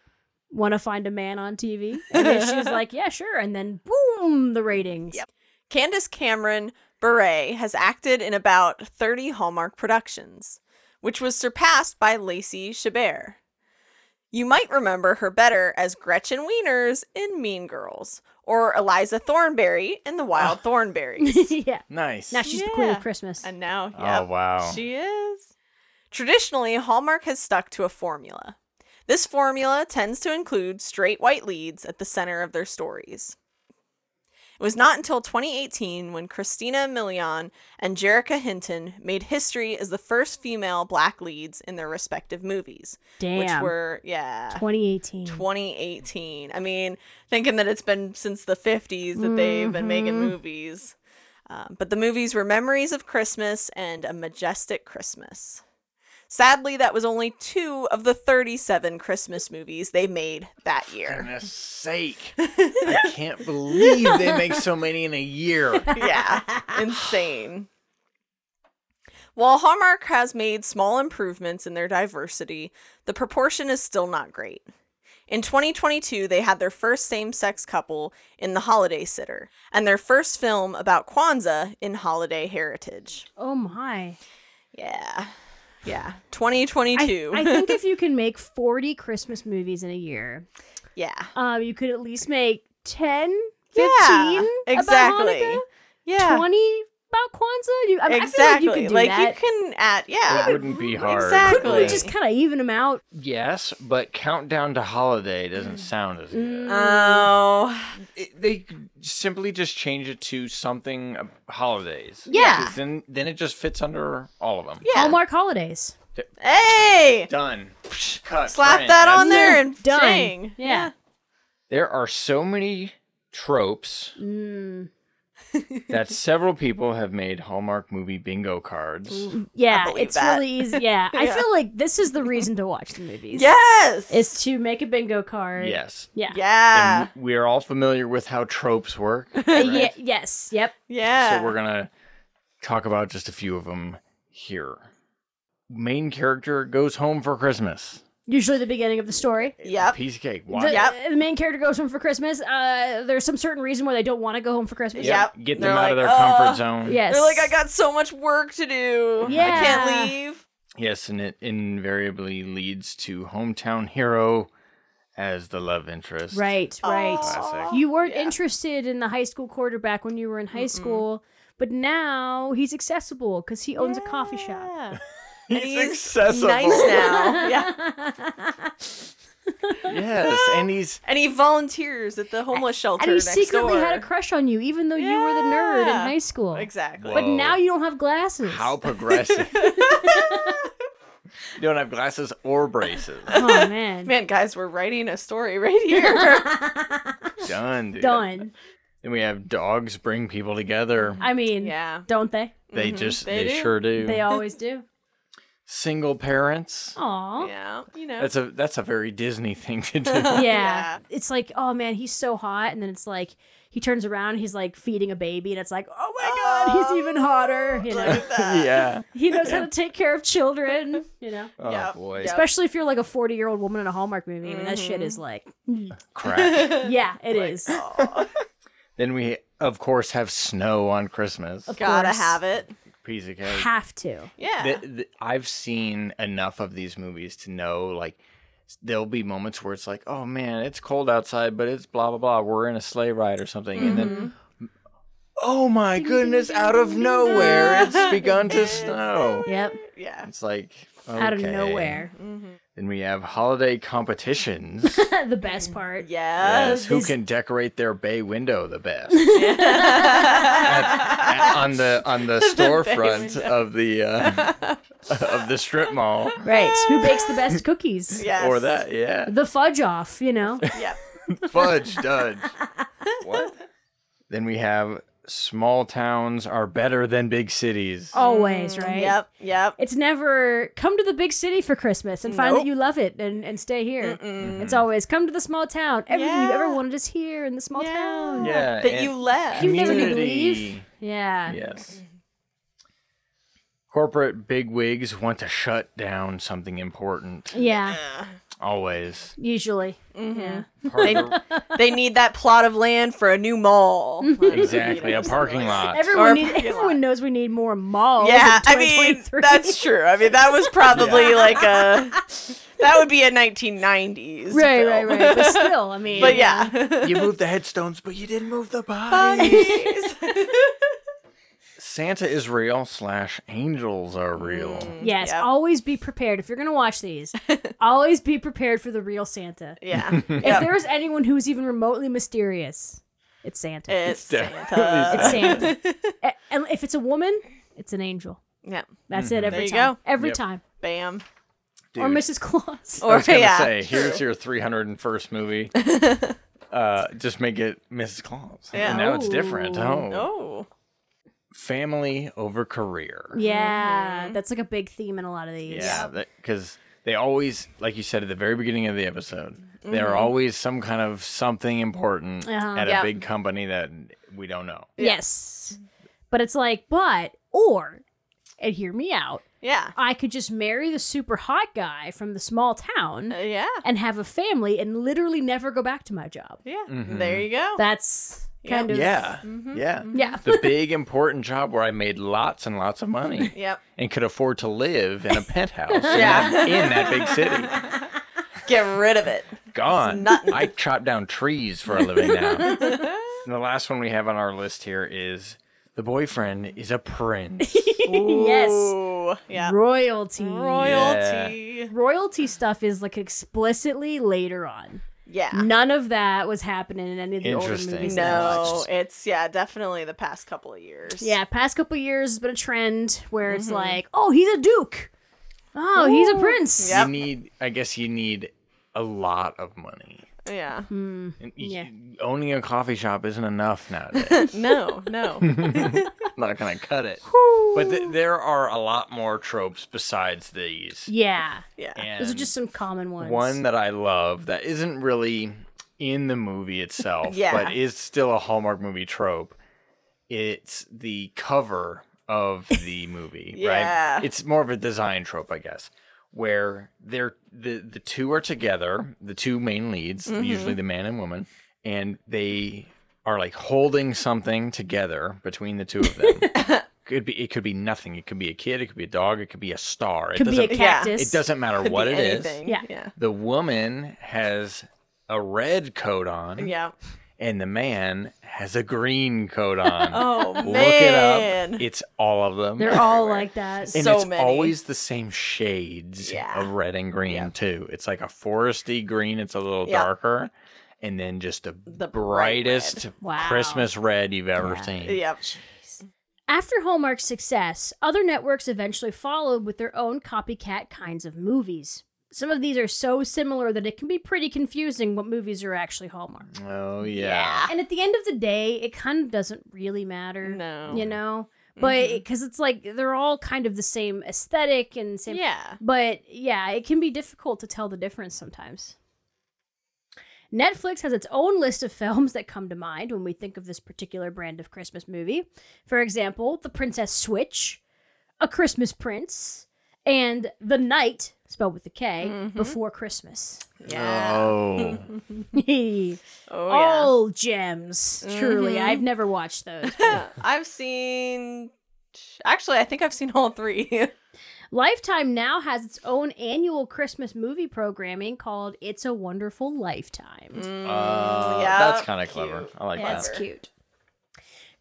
Want to find a man on TV? And then she's like, yeah, sure. And then boom, the ratings. Yep. Candace Cameron Bure has acted in about 30 Hallmark productions, which was surpassed by Lacey Chabert. You might remember her better as Gretchen Wieners in Mean Girls or Eliza Thornberry in The Wild Thornberries. yeah. Nice. Now she's the queen of Yeah. Christmas. and now, Oh yeah, wow. she is. Traditionally, Hallmark has stuck to a formula. This formula tends to include straight white leads at the center of their stories. It was not until 2018 when Christina Milian and Jerrica Hinton made history as the first female black leads in their respective movies, Damn. which were, yeah, 2018. 2018. I mean, thinking that it's been since the 50s that they've been making movies. Um, but the movies were Memories of Christmas and A Majestic Christmas. Sadly, that was only two of the 37 Christmas movies they made that year. goodness sake. I can't believe they make so many in a year. yeah, insane. While Hallmark has made small improvements in their diversity, the proportion is still not great. In 2022, they had their first same sex couple in The Holiday Sitter and their first film about Kwanzaa in Holiday Heritage. oh my. Yeah. Yeah. I, 2022. I think if you can make 40 Christmas movies in a year, yeah. um, you could at least make 10, 15 Yeah, about exactly. Hanukkah, Yeah. 20 about Kwanzaa. You, I, mean, exactly. I feel like you could do that. can add, yeah. It wouldn't be hard. Exactly. Couldn't we just kind of even them out? Yes, but countdown to holiday doesn't sound as Mm. good. Oh. Mm. It- they could simply just change it to something uh, holidays. Yeah. 'Cause Then then it just fits under all of them. Yeah. Hallmark holidays. Hey! Done. Psh, Cut. Slap Friend. that That's on it. there and Done. dang. Yeah. There are so many tropes Mm. that several people have made Hallmark movie bingo cards. Yeah, believe it's that. really easy. Yeah, I Yeah. feel like this is the reason to watch the movies. Yes. is to make a bingo card. Yes. Yeah. yeah. And we are all familiar with how tropes work. Uh, right? ye- yes. Yep. yeah. So we're gonna talk about just a few of them here. Main character goes home for Christmas. Usually the beginning of the story. Yep. Piece of cake. The, Why? Yep. the main character goes home for Christmas. Uh, there's some certain reason why they don't want to go home for Christmas. Yep. Get They're them out of like, their "Uh, comfort zone. Yes. They're like, I got so much work to do. I Yeah. can't leave. Yes, and it invariably leads to hometown hero as the love interest. Right. Right. Classic. You weren't Yeah. interested in the high school quarterback when you were in high Mm-mm. school, but now he's accessible because he owns a coffee shop. Yeah. He's, And he's accessible. Nice now. yeah. Yes, and he's And he volunteers at the homeless shelter. and he next secretly door. had a crush on you, even though you were the nerd in Yeah. high school. Exactly. Whoa. But now you don't have glasses. how progressive. you don't have glasses or braces. Oh man. Man, guys, we're writing a story right here. Done. Dude. Done. Then we have dogs bring people together. I mean, yeah. don't they? They just Mm-hmm. They they, do. sure do. They always do. Single parents. Aw. Yeah. You know. That's a that's a very Disney thing to do. Yeah. Yeah. It's like, oh man, he's so hot, and then it's like he turns around, he's like feeding a baby, and it's like, oh my god, he's even hotter. You Look know, at that. yeah. he knows how to take care of children. You know, Oh Yep. boy. Yep. especially if you're like a forty-year-old woman in a Hallmark movie. I mean, that shit is like, Crap. yeah, it is. then we of course have snow on Christmas. Gotta course. have it. Piece of cake. Have to. Yeah. Th th I've seen enough of these movies to know like s- there'll be moments where it's like, oh man, it's cold outside, but it's blah blah blah. We're in a sleigh ride or something, and then. Mm-hmm. Oh my goodness! Out of nowhere, it's begun to snow. Yep. yeah. It's like Out of okay. nowhere. Then we have holiday competitions. the best part. Yes. yes, who these- can decorate their bay window the best? At- on the on the storefront of the uh, of the strip mall, Right. Who bakes the best cookies? Yes. or that, yeah, The fudge off, you know. Yep. fudge dudge. what? Then we have small towns are better than big cities. Oh, Always, right? Yep. Yep. It's never come to the big city for Christmas and find Nope. that you love it and, and stay here. It's always come to the small town. Everything you've ever Yeah. wanted is here in the small Yeah. town. Yeah, That and- you left. You never need to Community. leave. Yeah. Yes. Corporate bigwigs want to shut down something important. Yeah, Always. Usually. Yeah. Parker- they need that plot of land for a new mall. exactly. A parking lot. Everyone, Or need, parking lot. everyone knows we need more malls. yeah, in I mean 2023. that's true. I mean that was probably like a that would be a right, 1990s. film. right, right. But still, I mean, But yeah. you moved the headstones, but you didn't move the body. Santa is real slash angels are real. Yes, Yep. always be prepared. If you're going to watch these, always be prepared for the real Santa. yeah. If Yep. there is anyone who's even remotely mysterious, it's Santa. It's uh, definitely Santa. It's Santa. A- and if it's a woman, it's an angel. Yeah. That's it every There you time. go. Every Mm-hmm. Yep. time. Bam. Or Dude. Mrs. Claus. Or I was gonna yeah. say, here's your 301st movie. uh, just make it Mrs. Claus. Yeah. And now it's different. Ooh. Oh. Oh. Family over career. Mm-hmm. yeah, that's like a big theme in a lot of these. Yeah, because they always, like you said at the very beginning of the episode, there are always some kind of something important Uh-huh. at Yep. a big company that we don't know. Yes. But it's like, but, or, and hear me out, Yeah. I could just marry the super hot guy from the small town Uh, yeah. and have a family and literally never go back to my job. Yeah. Mm-hmm. There you go. That's kind of. Yeah, yeah, Yeah. The big important job where I made lots and lots of money Yep. and could afford to live in a penthouse in, Yeah. that, in that big city. Get rid of it. Gone. nothing. I chop down trees for a living now. and the last one we have on our list here is the boyfriend is a prince. yes. Ooh. Yeah. Royalty. Royalty. Royalty stuff is like explicitly later on. Yeah. None of that was happening in any of the older Interesting. movies. that I watched. Ah. No, it's yeah, definitely the past couple of years. Yeah, past couple years has been a trend where it's like, oh, he's a duke. Oh, he's a prince. Yep. You need, I guess, you need a lot of money. Yeah. And y- Yeah. Owning a coffee shop isn't enough Mm. nowadays. No, no. Not gonna cut it. But th- there are a lot more tropes besides these. Yeah. Yeah. And Those are just some common ones. one that I love that isn't really in the movie itself, Yeah. but is still a Hallmark movie trope. It's the cover of the movie, Yeah. right? It's more of a design trope, I guess, where they're the the two are together, the two main leads, usually the man and woman, and they are like holding something together between the two of them. could be it could be nothing. It could be a kid, it could be a dog, it could be a star. It could be a doesn't cactus. it doesn't matter what it is Anything. Yeah. Yeah. the woman has a red coat Mm. on Yeah. and the man has a green coat on. Oh Look it man. up. It's all of them. They're all like that. and so it's many. always the same shades Yeah. of red and green too. It's like a foresty green, it's a little Yeah. darker, and then just the, The bright brightest Wow. Christmas red you've ever seen. Yep. After Hallmark's success, other networks eventually followed with their own copycat kinds of movies. Some of these are so similar that it can be pretty confusing what movies are actually Hallmark. Oh yeah. And at the end of the day, it kind of doesn't really matter. No. You know? But because it's like they're all kind of the same aesthetic and same. Yeah. But yeah, it can be difficult to tell the difference sometimes. Netflix has its own list of films that come to mind when we think of this particular brand of Christmas movie. For example, The Princess Switch, A Christmas Prince, and The Night, spelled with a K, Before Christmas. Yeah. Oh. Oh, yeah. All gems, truly. I've never watched those. I've seen Actually, I think I've seen all three. Lifetime now has its own annual Christmas movie programming called It's a Wonderful Lifetime. Uh, yeah, that's kind of clever. cute. I like That's that. cute.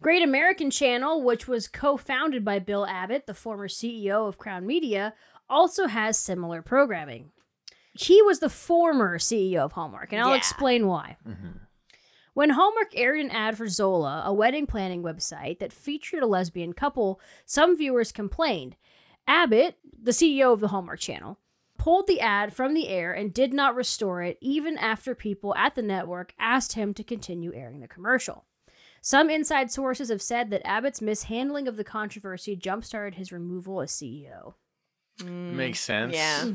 Great American Channel, which was co founded by E Bill Abbott, the former CEO of Crown Media, also has similar programming. he was the former CEO of Hallmark, and I'll Yeah. explain why. When Hallmark aired an ad for Zola, a wedding planning website that featured a lesbian couple, some viewers complained. Abbott, the CEO of the Hallmark Channel, pulled the ad from the air and did not restore it even after people at the network asked him to continue airing the commercial. Some inside sources have said that Abbott's mishandling of the controversy jumpstarted his removal as E CEO. Makes sense. yeah.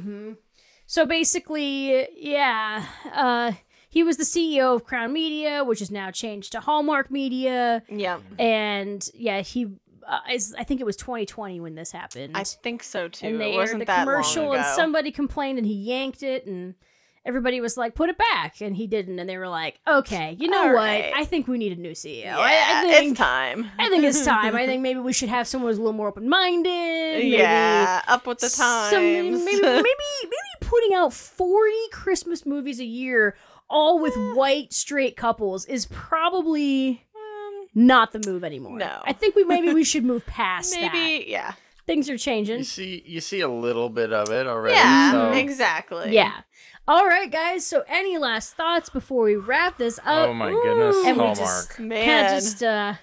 So basically, yeah, uh, he was the CEO of Crown Media, which is now changed to Hallmark Media, Yeah. and yeah, he uh, is. I think it was 2020 when this happened, I think so too. and they it aired wasn't the that commercial, long and ago. somebody complained, and he yanked it, and everybody was like, "Put it back," and he didn't, and they were like, "Okay, you know All what? right. I think we need a new CEO. yeah, I, I think it's time. I think it's time. I think maybe we should have someone who's a little more open minded. yeah, up with the times. Some- maybe, maybe, maybe putting out 40 Christmas movies a year, all with Mm. white straight couples, is probably Um, not the move anymore. No. I think we maybe we should move past maybe yeah. that. Things are changing. You see, you see a little bit of it already. Yeah, so- exactly. Yeah. All right, guys. So, any last thoughts before we wrap this up? Oh my goodness, And we Hallmark. just kind of Man. just uh,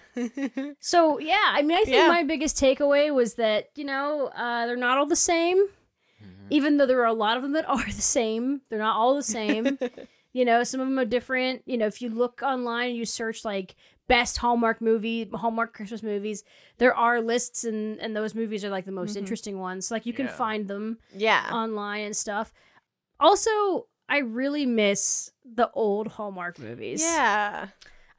so yeah. I mean, I think Yeah. my biggest takeaway was that you know uh, they're not all the same, Mm-hmm. even though there are a lot of them that are the same. They're not all the same. you know, some of them are different. You know, if you look online and you search like best Hallmark movie, Hallmark Christmas movies, there are lists, and and those movies are like the most interesting ones. Like you can Yeah. find them Mm-hmm. yeah. online and stuff. Also, I really miss the old Hallmark movies. Yeah.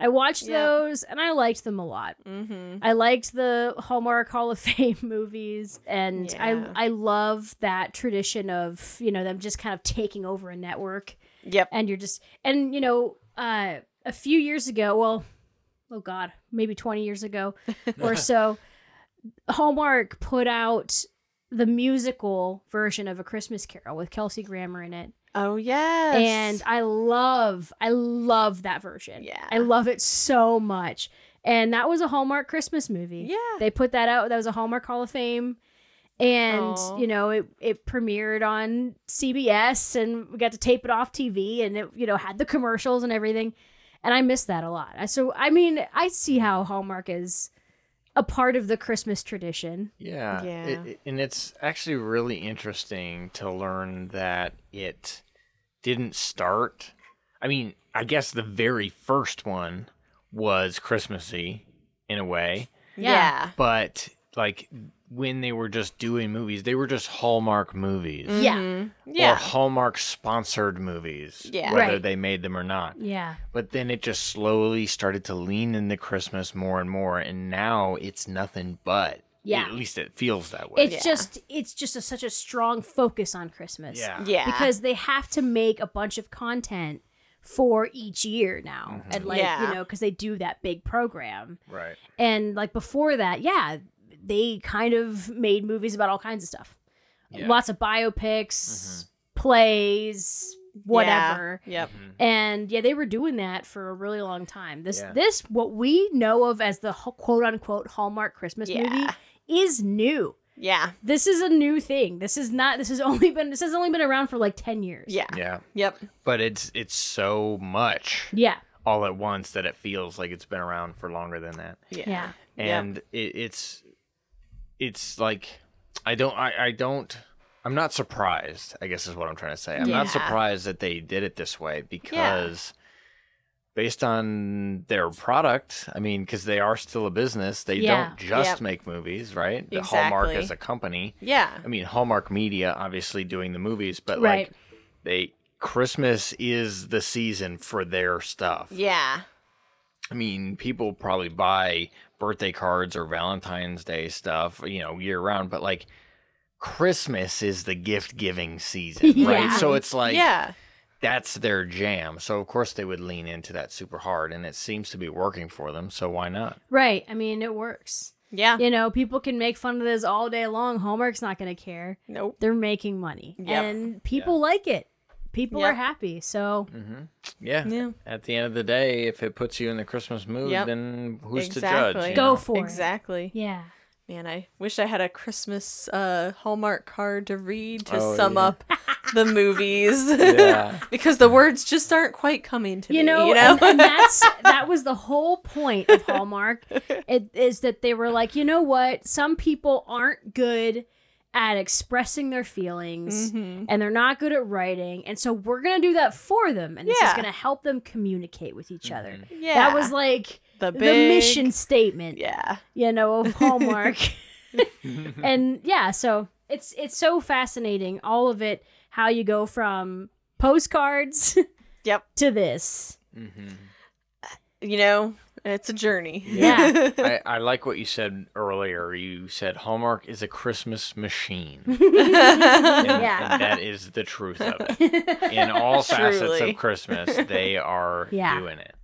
I watched Yeah. those and I liked them a lot. Mm-hmm. I liked the Hallmark Hall of Fame movies and Yeah. I I love that tradition of, you know, them just kind of taking over a network Yep. and you're just and you know, uh a few years ago, well, oh god, maybe 20 years ago or so, Hallmark put out the musical version of A Christmas Carol with Kelsey Grammer in it Oh yes. and I love I love that version. Yeah. I love it so much. And that was a Hallmark Christmas movie. Yeah. They put that out. That was a Hallmark Hall of Fame. And Aw. you know, it it premiered on CBS and we got to tape it off TV and it you know had the commercials and everything. And I miss that a lot. I- So I mean, I see how Hallmark is a part of the Christmas tradition. Yeah. Yeah. It- it- and it's actually really interesting to learn that it didn't start. I mean, I guess the very first one was Christmassy in a way, yeah. but like when they were just doing movies, they were just Hallmark movies. Yeah. Mhm. Or Yeah. Hallmark sponsored movies, Yeah. whether Right. they made them or not. Yeah. Mm-hmm. But then it just slowly started to lean into Christmas more and more, and now it's nothing but. Yeah. At least it feels that way. It's Yeah. just it's just a, such a strong focus on Christmas. yeah. Yeah. because they have to make a bunch of content for each year now Mm-hmm. and like you Yeah. know because they do that big program Right. and like before that yeah they kind of made movies about all kinds of stuff Yeah. Mm-hmm. lots of biopics plays whatever Yeah. Yep. and yeah they were doing that for a really long time this Yeah. this what we know of as the quote unquote hallmark christmas Yeah. movie is new Yeah. this is a new thing this is not this has only been this has only been around for like 10 years Yeah. Yeah. Yep. But it's it's so much yeah all at once that it feels like it's been around for longer than that. Yeah. Yeah. Yep. And it, it's it's like I don't I, I don't I'm not surprised, I guess is what I'm trying to say. I'm not Yeah. surprised that they did it this way because based on their product, I mean, because they are still a business, they Yeah. don't just Yep. make movies, right? The Hallmark Exactly. as a company. Yeah. I mean, Hallmark Media obviously doing the movies, but Right. like they Christmas is the season for their stuff. Yeah. I mean, people probably buy birthday cards or Valentine's Day stuff, you know, year round, but like Christmas is the gift giving season, right? Yeah. So it's like yeah. that's their jam. So of course they would lean into that super hard and it seems to be working for them, so why not? Right. I mean, it works. Yeah. You know, people can make fun of this all day long. Hallmark's not going to care. Nope. They're making money. Yep. And people like it. People Yep. are happy. So, Yeah. Yeah. At the end of the day, if it puts you in the Christmas mood, Yep. then who's to judge? Exactly. you Go know? for it. Exactly. yeah. Man, I wish I had a Christmas uh, Hallmark card to read to Oh, sum yeah. up the movies. Yeah. because the words just aren't quite coming to you me. know, you know? And, and that's that was the whole point of hallmark it, is that they were like you know what some people aren't good at expressing their feelings Mhm. and they're not good at writing and so we're gonna do that for them and this is Yeah. Mm-hmm. gonna help them communicate with each other Yeah. that was like the, the big- mission statement Yeah. you know of hallmark and yeah so it's it's so fascinating all of it how you go from postcards Yep. to this hmm You know, it's a journey. Yeah. I, I like what you said earlier. You said Hallmark is a Christmas machine. And- Yeah. and that is the truth of it. In all facets Truly. of Christmas, they are Yeah. doing it.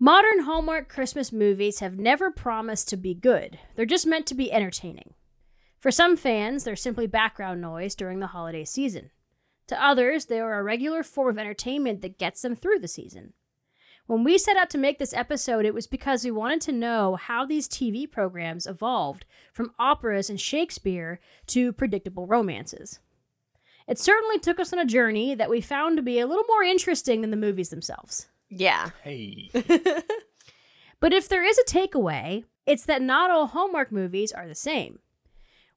Modern Hallmark Christmas movies have never promised to be good. They're just meant to be entertaining. For some fans, they're simply background noise during the holiday season. To others, they are a regular form of entertainment that gets them through the season. When we set out to make this episode, it was because we wanted to know how these TV programs evolved from operas and Shakespeare to predictable romances. It certainly took us on a journey that we found to be a little more interesting than the movies themselves. Yeah. Hey. But if there is a takeaway, it's that not all Hallmark movies are the same.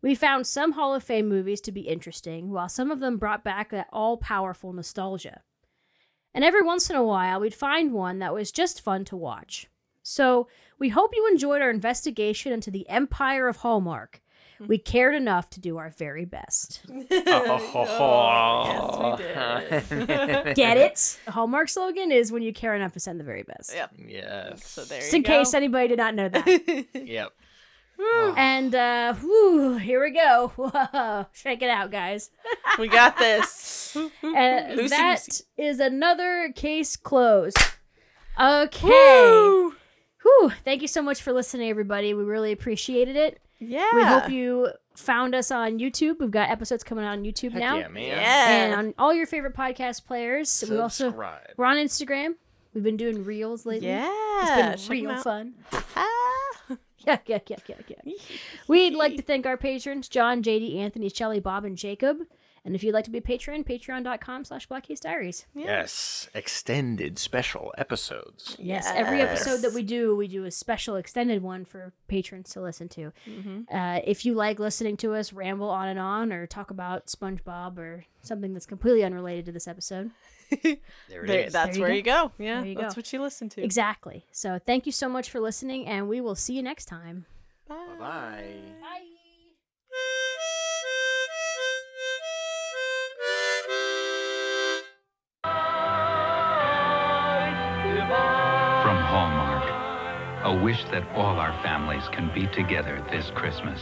We found some Hall of Fame movies to be interesting, while some of them brought back that all powerful nostalgia. And every once in a while, we'd find one that was just fun to watch. So, we hope you enjoyed our investigation into the empire of Hallmark. Hmm. We cared enough to do our very best. Oh, yes, we did. Get it? The Hallmark slogan is when you care enough to send the very best. Yep. yes. So there Just you in go. case anybody did not know that. Yep. And uh whew, here we go. Whoa, check it out, guys. we got this. Uh, Loosey-goosey. that is another case closed. Okay. Woo! Whew, thank you so much for listening, everybody. We really appreciated it. Yeah. We hope you found us on YouTube. We've got episodes coming out on YouTube Heck now. yeah, man. And yeah. on all your favorite podcast players. We also Subscribe. we're on Instagram. We've been doing reels lately. yeah. It's been real fun. Ah. Yeah, yeah, yeah, yeah, yeah. We'd like to thank our patrons, John, JD, Anthony, Shelley, Bob, and Jacob. And if you'd like to be a patron, patreon.com slash Black Case Diaries. Yes. Extended special episodes. Yes, every episode that Yes. we do, we do a special extended one for patrons to listen to. Uh, if you like listening to us ramble on and on or talk about SpongeBob or something that's completely unrelated to this episode. There it There, is. There that's you where go. you go. Yeah, There you that's go. what you listen to. Exactly. So thank you so much for listening, and we will see you next time. Bye. Bye. Bye. From Hallmark, a wish that all our families can be together this Christmas.